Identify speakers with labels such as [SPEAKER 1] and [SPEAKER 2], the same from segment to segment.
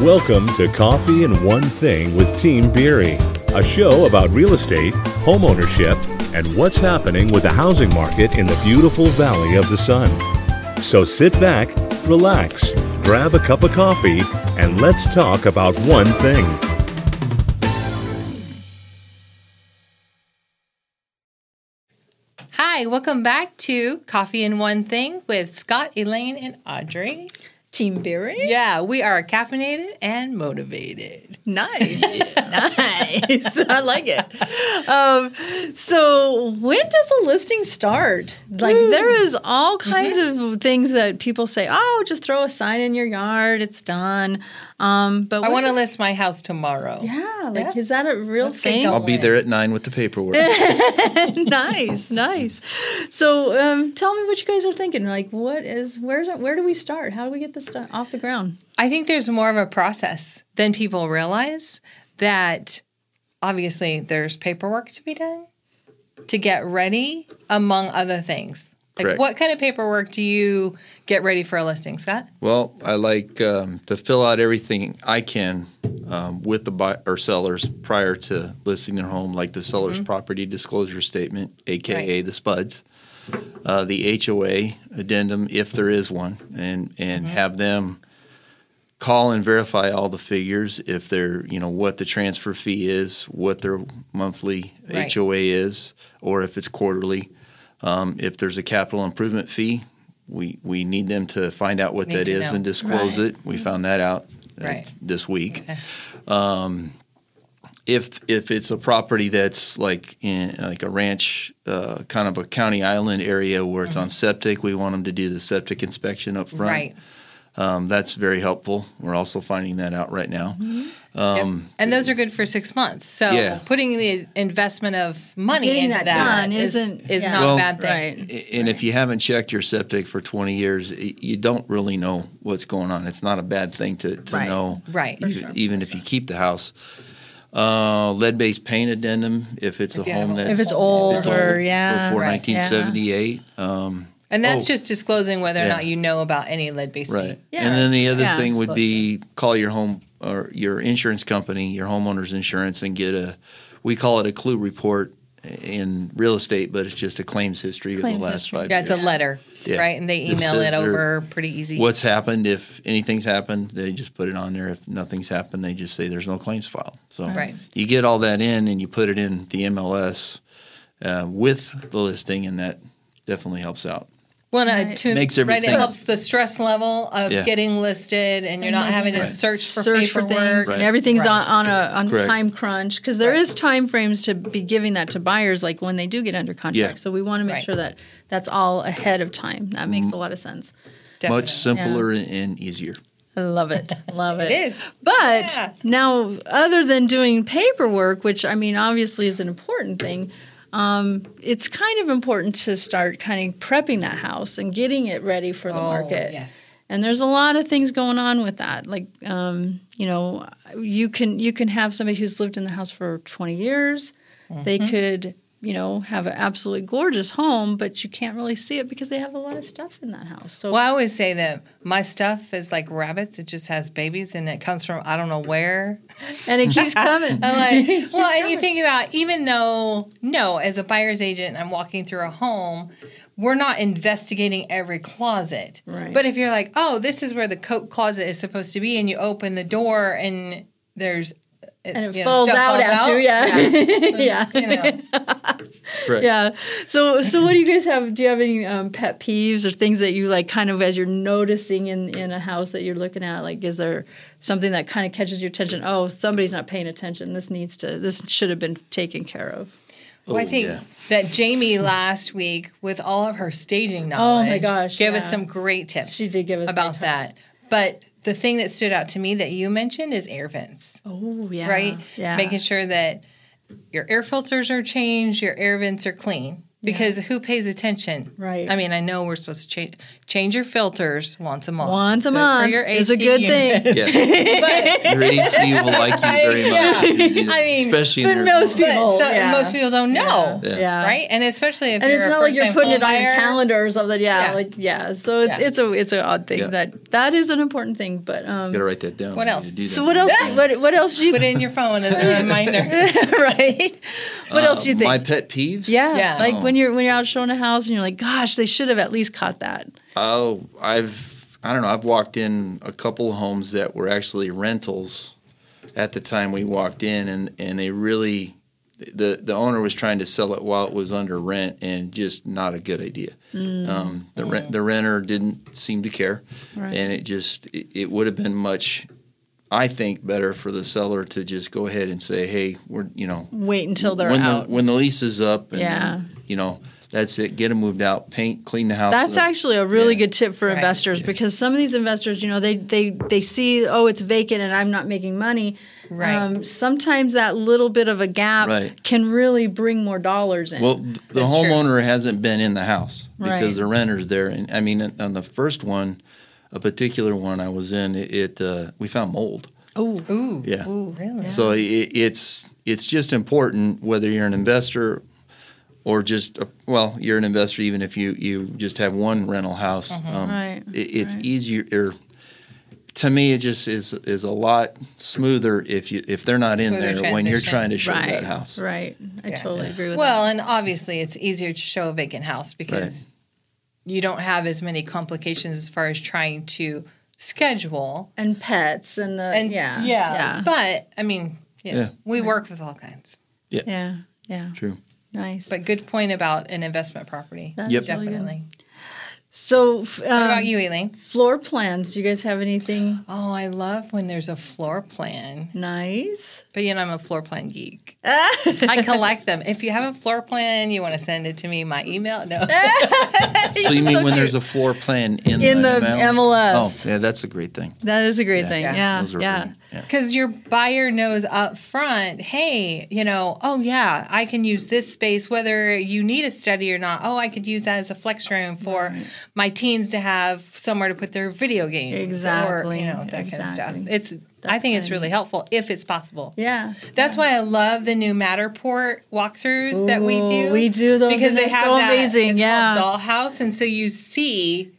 [SPEAKER 1] Welcome to Coffee and One Thing with Team Beery, a show about real estate, homeownership, and what's happening with the housing market in the beautiful Valley of the Sun. So sit back, relax, grab a cup of coffee, and let's talk about one thing.
[SPEAKER 2] Hi, welcome back to Coffee and One Thing with Scott, Elaine, and Audrey.
[SPEAKER 3] Team Berry?
[SPEAKER 2] Yeah, we are caffeinated and motivated.
[SPEAKER 3] Nice. nice. I like it. Um, so, when does a listing start? Like, there is all kinds
[SPEAKER 2] Mm-hmm.
[SPEAKER 3] of things that people say, oh, just throw a sign in your yard, it's done. Um, but
[SPEAKER 2] I
[SPEAKER 3] when-
[SPEAKER 2] want to list my house tomorrow.
[SPEAKER 3] Yeah, like,
[SPEAKER 2] Yeah.
[SPEAKER 3] is that a real
[SPEAKER 2] Let's get
[SPEAKER 3] thing?
[SPEAKER 2] going.
[SPEAKER 4] I'll be there at nine with the paperwork.
[SPEAKER 3] nice, nice. So, um, tell me what you guys are thinking. Like, what is, where's, where do we start? How do we get this done, off the ground?
[SPEAKER 2] I think there's more of a process than people realize that obviously there's paperwork to be done to get ready, among other things. Like,
[SPEAKER 4] Correct.
[SPEAKER 2] what kind of paperwork do you get ready for a listing, Scott?
[SPEAKER 4] well, I like um, to fill out everything I can um, with the buy- or sellers prior to listing their home, like the seller's property disclosure statement, aka the SPUDs, uh, the HOA addendum if there is one, and and have them call and verify all the figures if they're you know what the transfer fee is, what their monthly
[SPEAKER 2] Right.
[SPEAKER 4] HOA is, or if it's quarterly. Um, if there's a capital improvement fee, we, we need them to find out what
[SPEAKER 2] Need
[SPEAKER 4] that
[SPEAKER 2] to
[SPEAKER 4] is
[SPEAKER 2] know.
[SPEAKER 4] and disclose
[SPEAKER 3] Right.
[SPEAKER 4] it. We found that out uh,
[SPEAKER 2] Right.
[SPEAKER 4] this week. Um, if if it's a property that's like in like a ranch, uh, kind of a county island area where it's on septic, we want them to do the septic inspection up front.
[SPEAKER 2] Mm-hmm. Right.
[SPEAKER 4] Um, that's very helpful. We're also finding that out right now.
[SPEAKER 2] Mm-hmm. And those are good for six months. So
[SPEAKER 4] Yeah.
[SPEAKER 2] putting the investment of money
[SPEAKER 3] Getting
[SPEAKER 2] into
[SPEAKER 3] that
[SPEAKER 2] that,
[SPEAKER 3] done
[SPEAKER 2] is-
[SPEAKER 3] isn't-
[SPEAKER 2] is
[SPEAKER 3] yeah.
[SPEAKER 2] not
[SPEAKER 4] Well-
[SPEAKER 2] a bad thing.
[SPEAKER 4] A- And if you haven't checked your septic for 20 years, y- you don't really know what's going on. It's not a bad thing to, to
[SPEAKER 3] Right.
[SPEAKER 4] know,
[SPEAKER 2] Right. For
[SPEAKER 4] e-
[SPEAKER 2] sure.
[SPEAKER 4] Even if you keep the house. Uh, lead-based paint addendum if it's
[SPEAKER 2] If
[SPEAKER 4] a
[SPEAKER 2] you have
[SPEAKER 4] home
[SPEAKER 2] a-
[SPEAKER 3] If
[SPEAKER 4] that's
[SPEAKER 3] it's old,
[SPEAKER 4] it's
[SPEAKER 3] or,
[SPEAKER 4] old,
[SPEAKER 3] yeah.
[SPEAKER 4] before
[SPEAKER 2] Right.
[SPEAKER 4] 1978. Um,
[SPEAKER 2] And that's
[SPEAKER 4] Oh.
[SPEAKER 2] just disclosing whether or
[SPEAKER 4] Yeah.
[SPEAKER 2] not you know about any lead based
[SPEAKER 4] right.
[SPEAKER 3] Yeah.
[SPEAKER 4] And then the other
[SPEAKER 3] Yeah.
[SPEAKER 4] thing would be call your home or your insurance company, your homeowner's insurance, and get a we call it a clue report in real estate, but it's just a claims history of
[SPEAKER 3] Claims
[SPEAKER 4] the last
[SPEAKER 3] history.
[SPEAKER 4] five
[SPEAKER 2] Yeah,
[SPEAKER 4] years.
[SPEAKER 2] it's a letter,
[SPEAKER 4] Yeah.
[SPEAKER 2] right? And they
[SPEAKER 4] This
[SPEAKER 2] email
[SPEAKER 4] is
[SPEAKER 2] it
[SPEAKER 4] their-
[SPEAKER 2] over pretty easy.
[SPEAKER 4] what's happened if anything's happened they just put it on there if nothing's happened they just say there's no claims filed so
[SPEAKER 2] Right.
[SPEAKER 4] you get all that in and you put it in the mls uh, with the listing and that definitely helps out
[SPEAKER 2] well, no,
[SPEAKER 3] Right.
[SPEAKER 2] to,
[SPEAKER 4] Makes
[SPEAKER 2] right, it
[SPEAKER 4] everything-
[SPEAKER 2] helps the stress level of
[SPEAKER 4] Yeah.
[SPEAKER 2] getting listed, and you're
[SPEAKER 3] And
[SPEAKER 2] not
[SPEAKER 3] then
[SPEAKER 2] having to
[SPEAKER 3] you
[SPEAKER 2] search for
[SPEAKER 3] search for
[SPEAKER 2] paperwork.
[SPEAKER 3] things
[SPEAKER 4] Right.
[SPEAKER 3] and everything's
[SPEAKER 2] Right.
[SPEAKER 3] on, on a on
[SPEAKER 4] Correct.
[SPEAKER 3] time crunch because there is time frames to be giving that to buyers like when they do get under contract
[SPEAKER 4] Yeah.
[SPEAKER 3] so we want to make
[SPEAKER 2] Right.
[SPEAKER 3] sure that that's all ahead of time that
[SPEAKER 4] Mm.
[SPEAKER 3] makes a lot of sense
[SPEAKER 2] Definitely.
[SPEAKER 4] much simpler and easier
[SPEAKER 3] I love it love it,
[SPEAKER 2] It is.
[SPEAKER 3] but
[SPEAKER 2] Yeah.
[SPEAKER 3] now other than doing paperwork which i mean obviously is an important thing um, it's kind of important to start kind of prepping that house and getting it ready for the
[SPEAKER 2] Oh,
[SPEAKER 3] market
[SPEAKER 2] Yes.
[SPEAKER 3] and there's a lot of things going on with that like um, you know you can you can have somebody who's lived in the house for 20 years they could you know have an absolutely gorgeous home but you can't really see it because they have a lot of stuff in that house so
[SPEAKER 2] Well, I always say that my stuff is like rabbits; it just has babies, and it comes from I don't know where.
[SPEAKER 3] and it keeps coming
[SPEAKER 2] I'm like, well, and you think about even though no, as a buyer's agent, I'm walking through a home, we're not investigating every closet.
[SPEAKER 3] Right.
[SPEAKER 2] But if you're like, oh, this is where the coat closet is supposed to be, and you open the door and there's uh,
[SPEAKER 3] and it
[SPEAKER 2] you know,
[SPEAKER 3] falls
[SPEAKER 2] stuff
[SPEAKER 3] out
[SPEAKER 2] falls
[SPEAKER 3] at you yeah yeah yeah.
[SPEAKER 2] you know.
[SPEAKER 4] Correct.
[SPEAKER 3] so so what do you guys have do you have any um, pet peeves or things that you like kind of as you're noticing in in a house that you're looking at like is there something that kind of catches your attention oh somebody's not paying attention this needs to this should have been taken care of
[SPEAKER 2] Well, I
[SPEAKER 4] Oh,
[SPEAKER 2] think
[SPEAKER 4] yeah.
[SPEAKER 2] that Jamie last week, with all of her staging knowledge,
[SPEAKER 3] Oh gosh,
[SPEAKER 2] gave us
[SPEAKER 3] yeah.
[SPEAKER 2] some great tips.
[SPEAKER 3] She did give us
[SPEAKER 2] about
[SPEAKER 3] great
[SPEAKER 2] that.
[SPEAKER 3] tips.
[SPEAKER 2] But the thing that stood out to me that you mentioned is air vents.
[SPEAKER 3] oh yeah
[SPEAKER 2] right?
[SPEAKER 3] yeah
[SPEAKER 2] Making sure that your air filters are changed, your air vents are clean. because who pays attention?
[SPEAKER 3] Right.
[SPEAKER 2] I mean, I know we're supposed to change change your filters once a month.
[SPEAKER 3] Once a
[SPEAKER 2] Good for
[SPEAKER 3] month
[SPEAKER 2] your
[SPEAKER 3] is a good
[SPEAKER 2] AC.
[SPEAKER 3] thing.
[SPEAKER 4] Yeah,
[SPEAKER 2] But,
[SPEAKER 4] your AC will like you very much.
[SPEAKER 2] I mean,
[SPEAKER 4] especially in
[SPEAKER 3] But most
[SPEAKER 4] Arizona.
[SPEAKER 2] but
[SPEAKER 3] people,
[SPEAKER 2] so
[SPEAKER 3] yeah.
[SPEAKER 2] most people don't know,
[SPEAKER 4] Yeah.
[SPEAKER 3] Yeah.
[SPEAKER 2] right? And especially if
[SPEAKER 3] and
[SPEAKER 2] you're
[SPEAKER 3] it's
[SPEAKER 2] a
[SPEAKER 3] not like you're
[SPEAKER 2] first-time
[SPEAKER 3] putting it on your
[SPEAKER 2] homebuyer.
[SPEAKER 3] calendar or something. Yeah,
[SPEAKER 2] Yeah.
[SPEAKER 3] like yeah. So it's
[SPEAKER 2] Yeah.
[SPEAKER 3] it's a it's an odd thing
[SPEAKER 4] Yeah.
[SPEAKER 3] that that is an important thing. But um,
[SPEAKER 4] You gotta write that down.
[SPEAKER 2] What
[SPEAKER 4] You
[SPEAKER 2] else?
[SPEAKER 4] need to do
[SPEAKER 3] so
[SPEAKER 4] that.
[SPEAKER 3] what else? what what else do you
[SPEAKER 2] Put it in your phone as a reminder.
[SPEAKER 3] right? What else do you
[SPEAKER 4] Uh,
[SPEAKER 3] think?
[SPEAKER 4] My pet peeves.
[SPEAKER 3] yeah,
[SPEAKER 2] Yeah.
[SPEAKER 3] like
[SPEAKER 4] Oh.
[SPEAKER 3] when you're when you're out showing a house and you're like, gosh, they should have at least caught that.
[SPEAKER 4] Oh, I've I don't know. I've walked in a couple of homes that were actually rentals at the time we walked in, and and they really the the owner was trying to sell it while it was under rent, and just not a good idea.
[SPEAKER 3] Mm.
[SPEAKER 4] Um, the rent the renter didn't seem to care,
[SPEAKER 3] Right.
[SPEAKER 4] and it just it, it would have been much. I think better for the seller to just go ahead and say, "Hey, we're you know
[SPEAKER 3] Wait until they're
[SPEAKER 4] when
[SPEAKER 3] out.
[SPEAKER 4] the when the lease is up, and
[SPEAKER 3] Yeah.
[SPEAKER 4] then, you know that's it. Get them moved out, paint, clean the house.
[SPEAKER 3] That's
[SPEAKER 4] up.
[SPEAKER 3] actually a really
[SPEAKER 4] Yeah.
[SPEAKER 3] good tip for
[SPEAKER 2] Right.
[SPEAKER 3] investors because some of these investors, you know, they they they see oh it's vacant and I'm not making money. Um,
[SPEAKER 2] Right.
[SPEAKER 3] sometimes that little bit of a gap
[SPEAKER 4] Right.
[SPEAKER 3] can really bring more dollars in.
[SPEAKER 4] Well, th- the
[SPEAKER 2] That's true.
[SPEAKER 4] homeowner hasn't been in the house because
[SPEAKER 3] Right.
[SPEAKER 4] the renter's there. And I mean, on the first one, a particular one I was in, it, it uh, we found mold.
[SPEAKER 3] oh,
[SPEAKER 2] Ooh,
[SPEAKER 4] Yeah.
[SPEAKER 2] really?
[SPEAKER 4] So i it's it's just important whether you're an investor or just a, well, you're an investor even if you you just have one rental house. Um,
[SPEAKER 3] Right,
[SPEAKER 4] i- it's
[SPEAKER 3] right.
[SPEAKER 4] easier. Or, to me, it just is is a lot smoother if you if they're not in there
[SPEAKER 2] Smoother
[SPEAKER 4] when you're
[SPEAKER 2] transition.
[SPEAKER 4] trying to show
[SPEAKER 3] right,
[SPEAKER 4] that house.
[SPEAKER 3] right. I
[SPEAKER 2] Yeah.
[SPEAKER 3] totally agree with
[SPEAKER 2] Well, and obviously it's easier to show a vacant house because you don't have as many complications as far as trying to schedule.
[SPEAKER 3] that. And pets and the
[SPEAKER 2] And
[SPEAKER 3] yeah
[SPEAKER 2] yeah,
[SPEAKER 3] yeah
[SPEAKER 2] But I mean, you know,
[SPEAKER 4] Yeah.
[SPEAKER 2] we work with all kinds.
[SPEAKER 3] yeah yeah.
[SPEAKER 4] True.
[SPEAKER 3] Nice.
[SPEAKER 2] But good point about an investment property.
[SPEAKER 3] That's
[SPEAKER 4] Yep.
[SPEAKER 3] really good.
[SPEAKER 2] Definitely.
[SPEAKER 3] So, f-
[SPEAKER 2] What
[SPEAKER 3] um,
[SPEAKER 2] about you, Elaine?
[SPEAKER 3] floor plans. Do you guys have anything
[SPEAKER 2] Oh, I love when there's a floor plan.
[SPEAKER 3] nice?
[SPEAKER 2] But you know, I'm a floor plan geek. I collect them. If you have a floor plan, you want to send it to me, my email. No.
[SPEAKER 4] So you mean
[SPEAKER 3] so
[SPEAKER 4] when
[SPEAKER 3] cute.
[SPEAKER 4] there's a floor plan in,
[SPEAKER 3] In the MLS.
[SPEAKER 4] MLS? Oh, yeah, that's a great thing.
[SPEAKER 3] That is a great
[SPEAKER 4] Yeah.
[SPEAKER 3] thing.
[SPEAKER 2] Yeah.
[SPEAKER 3] Yeah,
[SPEAKER 4] Those are
[SPEAKER 3] yeah.
[SPEAKER 4] really- yeah.
[SPEAKER 2] Because your buyer knows up front, hey, you know, oh yeah, I can use this space whether you need a study or not. Oh, I could use that as a flex room for my teens to have somewhere to put their video games or
[SPEAKER 3] Exactly,
[SPEAKER 2] you know that kind of stuff.
[SPEAKER 3] exactly.
[SPEAKER 2] It's I think it's
[SPEAKER 3] good.
[SPEAKER 2] really helpful if it's possible.
[SPEAKER 3] Yeah.
[SPEAKER 2] That's why I love the new Matterport walkthroughs that we do.
[SPEAKER 3] Ooh, we do those,
[SPEAKER 2] because
[SPEAKER 3] and
[SPEAKER 2] they
[SPEAKER 3] they're
[SPEAKER 2] have
[SPEAKER 3] so
[SPEAKER 2] that.
[SPEAKER 3] amazing,
[SPEAKER 2] It's
[SPEAKER 3] yeah.
[SPEAKER 2] called dollhouse, and so you see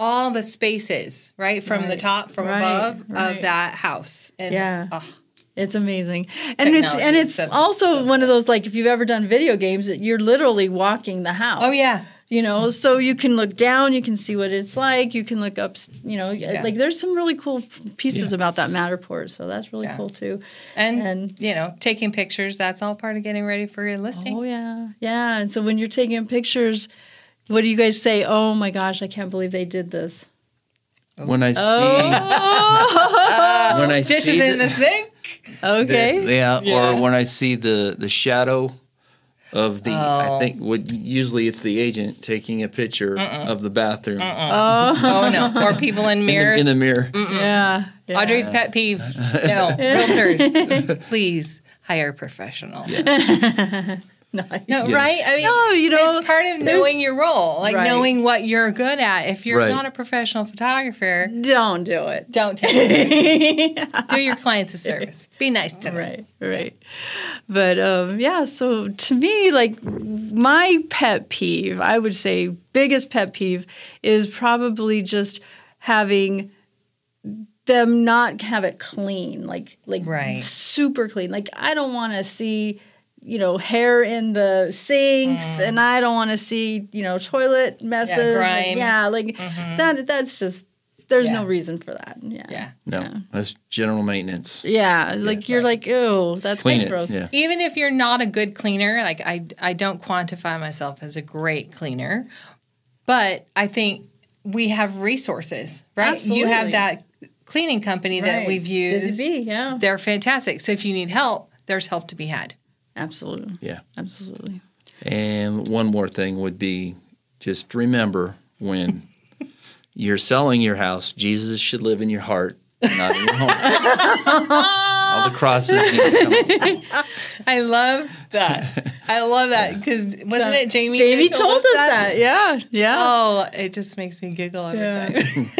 [SPEAKER 2] all the spaces right from the
[SPEAKER 3] Right,
[SPEAKER 2] top, from
[SPEAKER 3] right,
[SPEAKER 2] above
[SPEAKER 3] right.
[SPEAKER 2] of that house. And,
[SPEAKER 3] Yeah.
[SPEAKER 2] oh,
[SPEAKER 3] It's amazing. And it's and
[SPEAKER 2] Technology is
[SPEAKER 3] it's
[SPEAKER 2] so-
[SPEAKER 3] also one of those like if you've ever done video games that you're literally walking the house.
[SPEAKER 2] oh yeah,
[SPEAKER 3] You know, so you can look down, you can see what it's like, you can look up, s- you know, like there's some really cool pieces about that Matterport. So that's really
[SPEAKER 2] Yeah.
[SPEAKER 3] cool too.
[SPEAKER 2] and,
[SPEAKER 3] And-
[SPEAKER 2] you know taking pictures. That's all part of getting ready for your listing.
[SPEAKER 3] Oh yeah. Yeah, and so when you're taking pictures, what do you guys say? Oh my gosh, I can't believe they did this.
[SPEAKER 4] When I see
[SPEAKER 3] Oh.
[SPEAKER 4] when I
[SPEAKER 2] Dishes
[SPEAKER 4] see
[SPEAKER 2] in
[SPEAKER 4] the-
[SPEAKER 2] the sink.
[SPEAKER 4] the-
[SPEAKER 3] Okay.
[SPEAKER 4] yeah, or when I see the the shadow of the
[SPEAKER 3] Oh.
[SPEAKER 4] I think would usually it's the agent taking a picture of the bathroom in
[SPEAKER 2] Oh no, or people in
[SPEAKER 4] the-
[SPEAKER 2] mirrors.
[SPEAKER 4] in the mirror.
[SPEAKER 3] yeah. yeah.
[SPEAKER 2] Audrey's pet peeve. No, realtors, please hire a professional.
[SPEAKER 3] No,
[SPEAKER 2] No, right? I mean,
[SPEAKER 3] No, Oh, you know,
[SPEAKER 2] it's part of knowing your role, like
[SPEAKER 3] Right.
[SPEAKER 2] knowing what you're good at. If you're
[SPEAKER 4] Right.
[SPEAKER 2] not a professional photographer,
[SPEAKER 3] don't do it.
[SPEAKER 2] don't take it. Do your clients a service. Be nice to them.
[SPEAKER 3] Right, right. But um, yeah, so to me, like my pet peeve, I would say biggest pet peeve is probably just having them not have it clean, like like
[SPEAKER 2] Right.
[SPEAKER 3] super clean. Like I don't want to see you know hair in the sinks
[SPEAKER 2] Mm-hmm.
[SPEAKER 3] and I don't want to see you know toilet messes. and
[SPEAKER 2] grime. Mm-hmm.
[SPEAKER 3] yeah, like that. That's just there's no
[SPEAKER 2] Yeah.
[SPEAKER 3] reason for that. Yeah.
[SPEAKER 2] Yeah.
[SPEAKER 4] No, that's general maintenance.
[SPEAKER 3] Yeah, like you're like, ew, that's
[SPEAKER 4] Clean
[SPEAKER 3] kinda
[SPEAKER 4] it.
[SPEAKER 3] gross.
[SPEAKER 4] Yeah.
[SPEAKER 2] Even if you're not a good cleaner, like I, I don't quantify myself as a great cleaner, but I think we have resources, right? You have
[SPEAKER 3] Absolutely.
[SPEAKER 2] that cleaning company that
[SPEAKER 3] Right.
[SPEAKER 2] we've
[SPEAKER 3] Busy
[SPEAKER 2] used.
[SPEAKER 3] bee, yeah.
[SPEAKER 2] They're fantastic. So if you need help, there's help to be had.
[SPEAKER 3] Absolutely.
[SPEAKER 4] Yeah.
[SPEAKER 3] Absolutely.
[SPEAKER 4] And one more thing would be just remember when you're selling your house, Jesus should live in your heart, not in your home. All the crosses. need to come.
[SPEAKER 2] I love that. I love that because wasn't it Jamie?
[SPEAKER 3] Jamie
[SPEAKER 2] that
[SPEAKER 3] told us that. Yeah. Yeah.
[SPEAKER 2] Oh, it just makes me giggle every
[SPEAKER 3] Yeah.
[SPEAKER 2] time.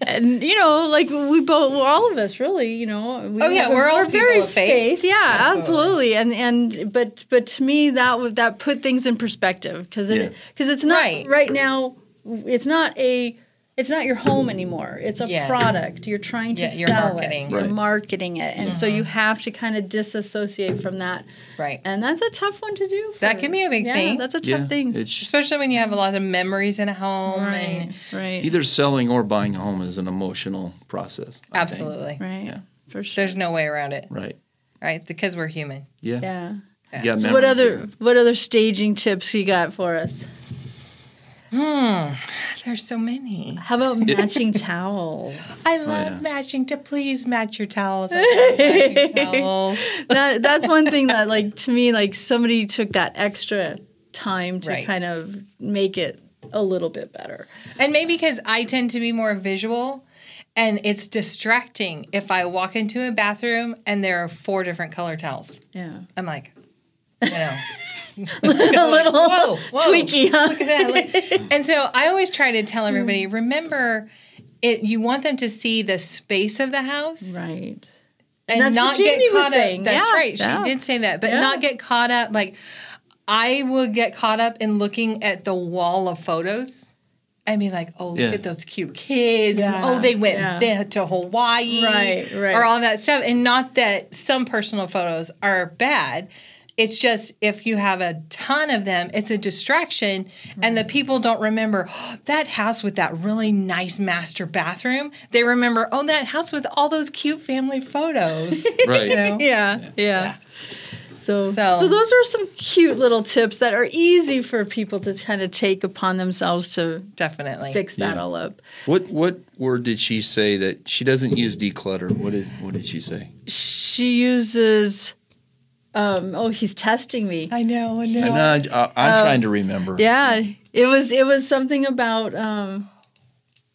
[SPEAKER 3] and you know, like we both, well, all of us, really, you know. We
[SPEAKER 2] Oh, yeah, we're all people
[SPEAKER 3] very
[SPEAKER 2] of faith.
[SPEAKER 3] faith. Yeah, absolutely. And and but but to me, that would that put things in perspective because
[SPEAKER 4] Yeah.
[SPEAKER 3] it because it's not
[SPEAKER 2] Right.
[SPEAKER 3] right. now. It's not a. It's not your home anymore. It's a
[SPEAKER 2] Yes.
[SPEAKER 3] product. You're trying to
[SPEAKER 2] Yeah, you're
[SPEAKER 3] sell
[SPEAKER 2] marketing. Mm-hmm.
[SPEAKER 3] it. You're
[SPEAKER 4] Right.
[SPEAKER 3] marketing it, and so you have to kind of disassociate from that.
[SPEAKER 2] Right.
[SPEAKER 3] And that's a tough one to do. For,
[SPEAKER 2] That can be a big
[SPEAKER 3] yeah,
[SPEAKER 2] thing.
[SPEAKER 3] That's a tough
[SPEAKER 4] yeah,
[SPEAKER 3] thing.
[SPEAKER 4] it's-
[SPEAKER 2] Especially when you have a lot of memories in a home
[SPEAKER 3] right.
[SPEAKER 2] and
[SPEAKER 3] Right.
[SPEAKER 4] either selling or buying a home is an emotional process. I think.
[SPEAKER 2] absolutely.
[SPEAKER 3] right.
[SPEAKER 4] Yeah.
[SPEAKER 3] For sure.
[SPEAKER 2] There's no way around it,
[SPEAKER 4] Right.
[SPEAKER 2] right? Because we're human.
[SPEAKER 4] Yeah.
[SPEAKER 3] yeah.
[SPEAKER 4] You got
[SPEAKER 3] So what
[SPEAKER 4] memories
[SPEAKER 3] other
[SPEAKER 4] there.
[SPEAKER 3] what other staging tips you got for us?
[SPEAKER 2] There's so many.
[SPEAKER 3] How about matching towels?
[SPEAKER 2] I love
[SPEAKER 4] yeah.
[SPEAKER 2] matching to please match your towels. I love matching towels.
[SPEAKER 3] That, that's one thing that like to me like somebody took that extra time to
[SPEAKER 2] Right.
[SPEAKER 3] kind of make it a little bit better.
[SPEAKER 2] And maybe because I tend to be more visual and it's distracting if I walk into a bathroom and there are four different color towels.
[SPEAKER 3] Yeah.
[SPEAKER 2] I'm like, you know.
[SPEAKER 3] a little
[SPEAKER 2] whoa, whoa.
[SPEAKER 3] tweaky, huh?
[SPEAKER 2] Look at that. Look- and so I always try to tell everybody,
[SPEAKER 3] Mm.
[SPEAKER 2] remember it you want them to see the space of the house.
[SPEAKER 3] Right.
[SPEAKER 2] And
[SPEAKER 3] That's what
[SPEAKER 2] not get
[SPEAKER 3] Jamie was
[SPEAKER 2] caught up.
[SPEAKER 3] saying.
[SPEAKER 2] That's
[SPEAKER 3] Yeah,
[SPEAKER 2] right. She
[SPEAKER 3] yeah.
[SPEAKER 2] did say that. But
[SPEAKER 3] Yeah.
[SPEAKER 2] not get caught up like I will get caught up in looking at the wall of photos. I mean, like, oh, look
[SPEAKER 4] Yeah.
[SPEAKER 2] at those cute kids. And,
[SPEAKER 3] Yeah,
[SPEAKER 2] oh, they went
[SPEAKER 3] yeah.
[SPEAKER 2] there to Hawaii.
[SPEAKER 3] Right, right.
[SPEAKER 2] Or all that stuff. And not that some personal photos are bad. It's just if you have a ton of them, it's a distraction. And the people don't remember "Oh, that house with that really nice master bathroom. They remember, oh, that house with all those cute family photos.
[SPEAKER 4] Right.
[SPEAKER 2] you know?
[SPEAKER 3] Yeah, yeah. So,
[SPEAKER 2] So-
[SPEAKER 3] so, those are some cute little tips that are easy for people to kind of take upon themselves to
[SPEAKER 2] Definitely.
[SPEAKER 3] fix that
[SPEAKER 4] Yeah.
[SPEAKER 3] all up.
[SPEAKER 4] What what word did she say that she doesn't use declutter? What is what did she say?
[SPEAKER 3] She uses um oh he's testing me.
[SPEAKER 2] I know. I know.
[SPEAKER 4] And I, I, I'm trying to remember.
[SPEAKER 3] Uh, Yeah, it was it was something about um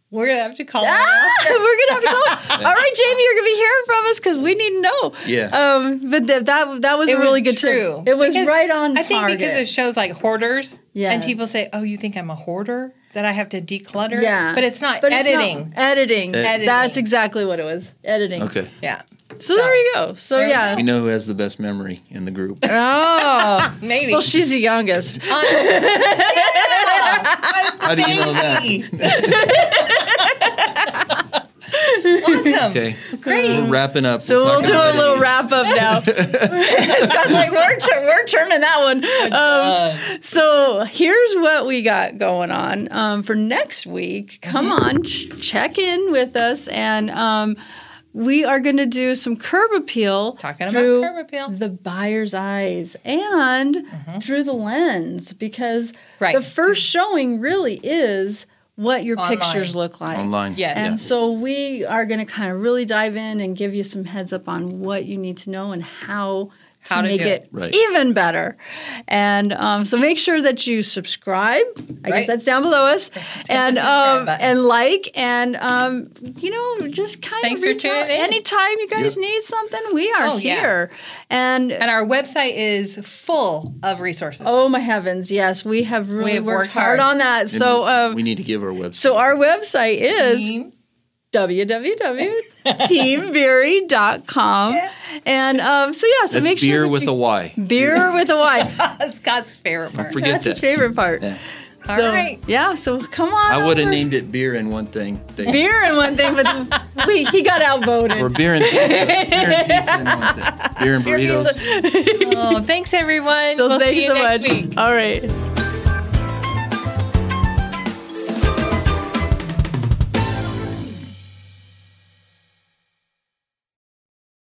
[SPEAKER 2] We're going to have to call her
[SPEAKER 3] ah, we're gonna have to go. All right, Jamie, you're gonna be hearing from us because we need to know.
[SPEAKER 4] Yeah.
[SPEAKER 3] Um, but th- that that was
[SPEAKER 2] It
[SPEAKER 3] a
[SPEAKER 2] was
[SPEAKER 3] really good
[SPEAKER 2] true.
[SPEAKER 3] true. It was
[SPEAKER 2] Because
[SPEAKER 3] right on.
[SPEAKER 2] I think
[SPEAKER 3] target.
[SPEAKER 2] because of shows like Hoarders, and
[SPEAKER 3] Yes.
[SPEAKER 2] people say, "Oh, you think I'm a hoarder? That I have to declutter?"
[SPEAKER 3] yeah,
[SPEAKER 2] but it's not
[SPEAKER 3] But it's not- e-
[SPEAKER 2] editing.
[SPEAKER 3] editing.
[SPEAKER 4] Editing.
[SPEAKER 3] That's exactly what it was. Editing.
[SPEAKER 4] Okay.
[SPEAKER 2] yeah,
[SPEAKER 3] So there you go. So
[SPEAKER 2] we
[SPEAKER 4] We
[SPEAKER 3] yeah.
[SPEAKER 4] know who has the best memory in the group.
[SPEAKER 3] Oh,
[SPEAKER 2] maybe.
[SPEAKER 3] well, she's the youngest.
[SPEAKER 4] How do you know that?
[SPEAKER 2] awesome.
[SPEAKER 4] Okay.
[SPEAKER 2] Great.
[SPEAKER 4] We're wrapping up.
[SPEAKER 3] So we'll
[SPEAKER 4] talking
[SPEAKER 3] do a
[SPEAKER 4] about
[SPEAKER 3] little
[SPEAKER 4] it.
[SPEAKER 3] wrap up now. Scott's like, we're, tur- we're turning that
[SPEAKER 2] Oh
[SPEAKER 3] one. Um, so here's what we got going on um, for next week. Come
[SPEAKER 2] Mm-hmm.
[SPEAKER 3] on, ch- check in with us. And um, we are going to do some curb appeal.
[SPEAKER 2] Talking about
[SPEAKER 3] through
[SPEAKER 2] curb appeal. Mm-hmm.
[SPEAKER 3] The buyer's eyes and through the lens because
[SPEAKER 2] Right.
[SPEAKER 3] the first showing really is what your
[SPEAKER 2] Online.
[SPEAKER 3] pictures look like.
[SPEAKER 4] online.
[SPEAKER 2] Yes.
[SPEAKER 3] And so we are going to kind of really dive in and give you some heads up on what you need to know and how to,
[SPEAKER 2] How to
[SPEAKER 3] make
[SPEAKER 2] do it.
[SPEAKER 3] it,
[SPEAKER 4] Right.
[SPEAKER 3] even better. And um, so make sure that you subscribe. I
[SPEAKER 2] Right.
[SPEAKER 3] guess that's down below us. and
[SPEAKER 2] subscribe
[SPEAKER 3] um,
[SPEAKER 2] button.
[SPEAKER 3] and like and um, you know just kind
[SPEAKER 2] Thanks
[SPEAKER 3] of
[SPEAKER 2] for
[SPEAKER 3] reach out
[SPEAKER 2] tuning in.
[SPEAKER 3] anytime you guys
[SPEAKER 4] Yep.
[SPEAKER 3] need something. We are
[SPEAKER 2] Oh, yeah.
[SPEAKER 3] here. And,
[SPEAKER 2] And our website is full of resources.
[SPEAKER 3] oh my heavens, yes, we have really
[SPEAKER 2] have
[SPEAKER 3] worked,
[SPEAKER 2] worked hard.
[SPEAKER 3] hard. on that.
[SPEAKER 4] And
[SPEAKER 3] So um,
[SPEAKER 4] we need to give our website.
[SPEAKER 3] so our website is
[SPEAKER 2] Team.
[SPEAKER 3] www.teambeery.com. And um, so, yeah, so
[SPEAKER 4] That's
[SPEAKER 3] make
[SPEAKER 4] beer
[SPEAKER 3] sure. that
[SPEAKER 4] with
[SPEAKER 3] you,
[SPEAKER 4] a Y.
[SPEAKER 3] Beer with a Y.
[SPEAKER 2] Scott's favorite part.
[SPEAKER 3] That's
[SPEAKER 4] Forget that.
[SPEAKER 3] his favorite part.
[SPEAKER 4] Yeah.
[SPEAKER 2] All
[SPEAKER 3] So,
[SPEAKER 2] right.
[SPEAKER 3] Yeah, so come on.
[SPEAKER 4] I would have
[SPEAKER 3] over.
[SPEAKER 4] named it beer and one thing. Thank you.
[SPEAKER 3] beer and one thing, but we, he got
[SPEAKER 4] Or
[SPEAKER 3] outvoted.
[SPEAKER 4] beer and pizza. Beer and pizza and one thing. Beer and burritos.
[SPEAKER 2] Oh, thanks everyone.
[SPEAKER 3] So
[SPEAKER 2] we'll
[SPEAKER 3] thanks
[SPEAKER 2] see you
[SPEAKER 3] so
[SPEAKER 2] next
[SPEAKER 3] much.
[SPEAKER 2] week.
[SPEAKER 3] All right.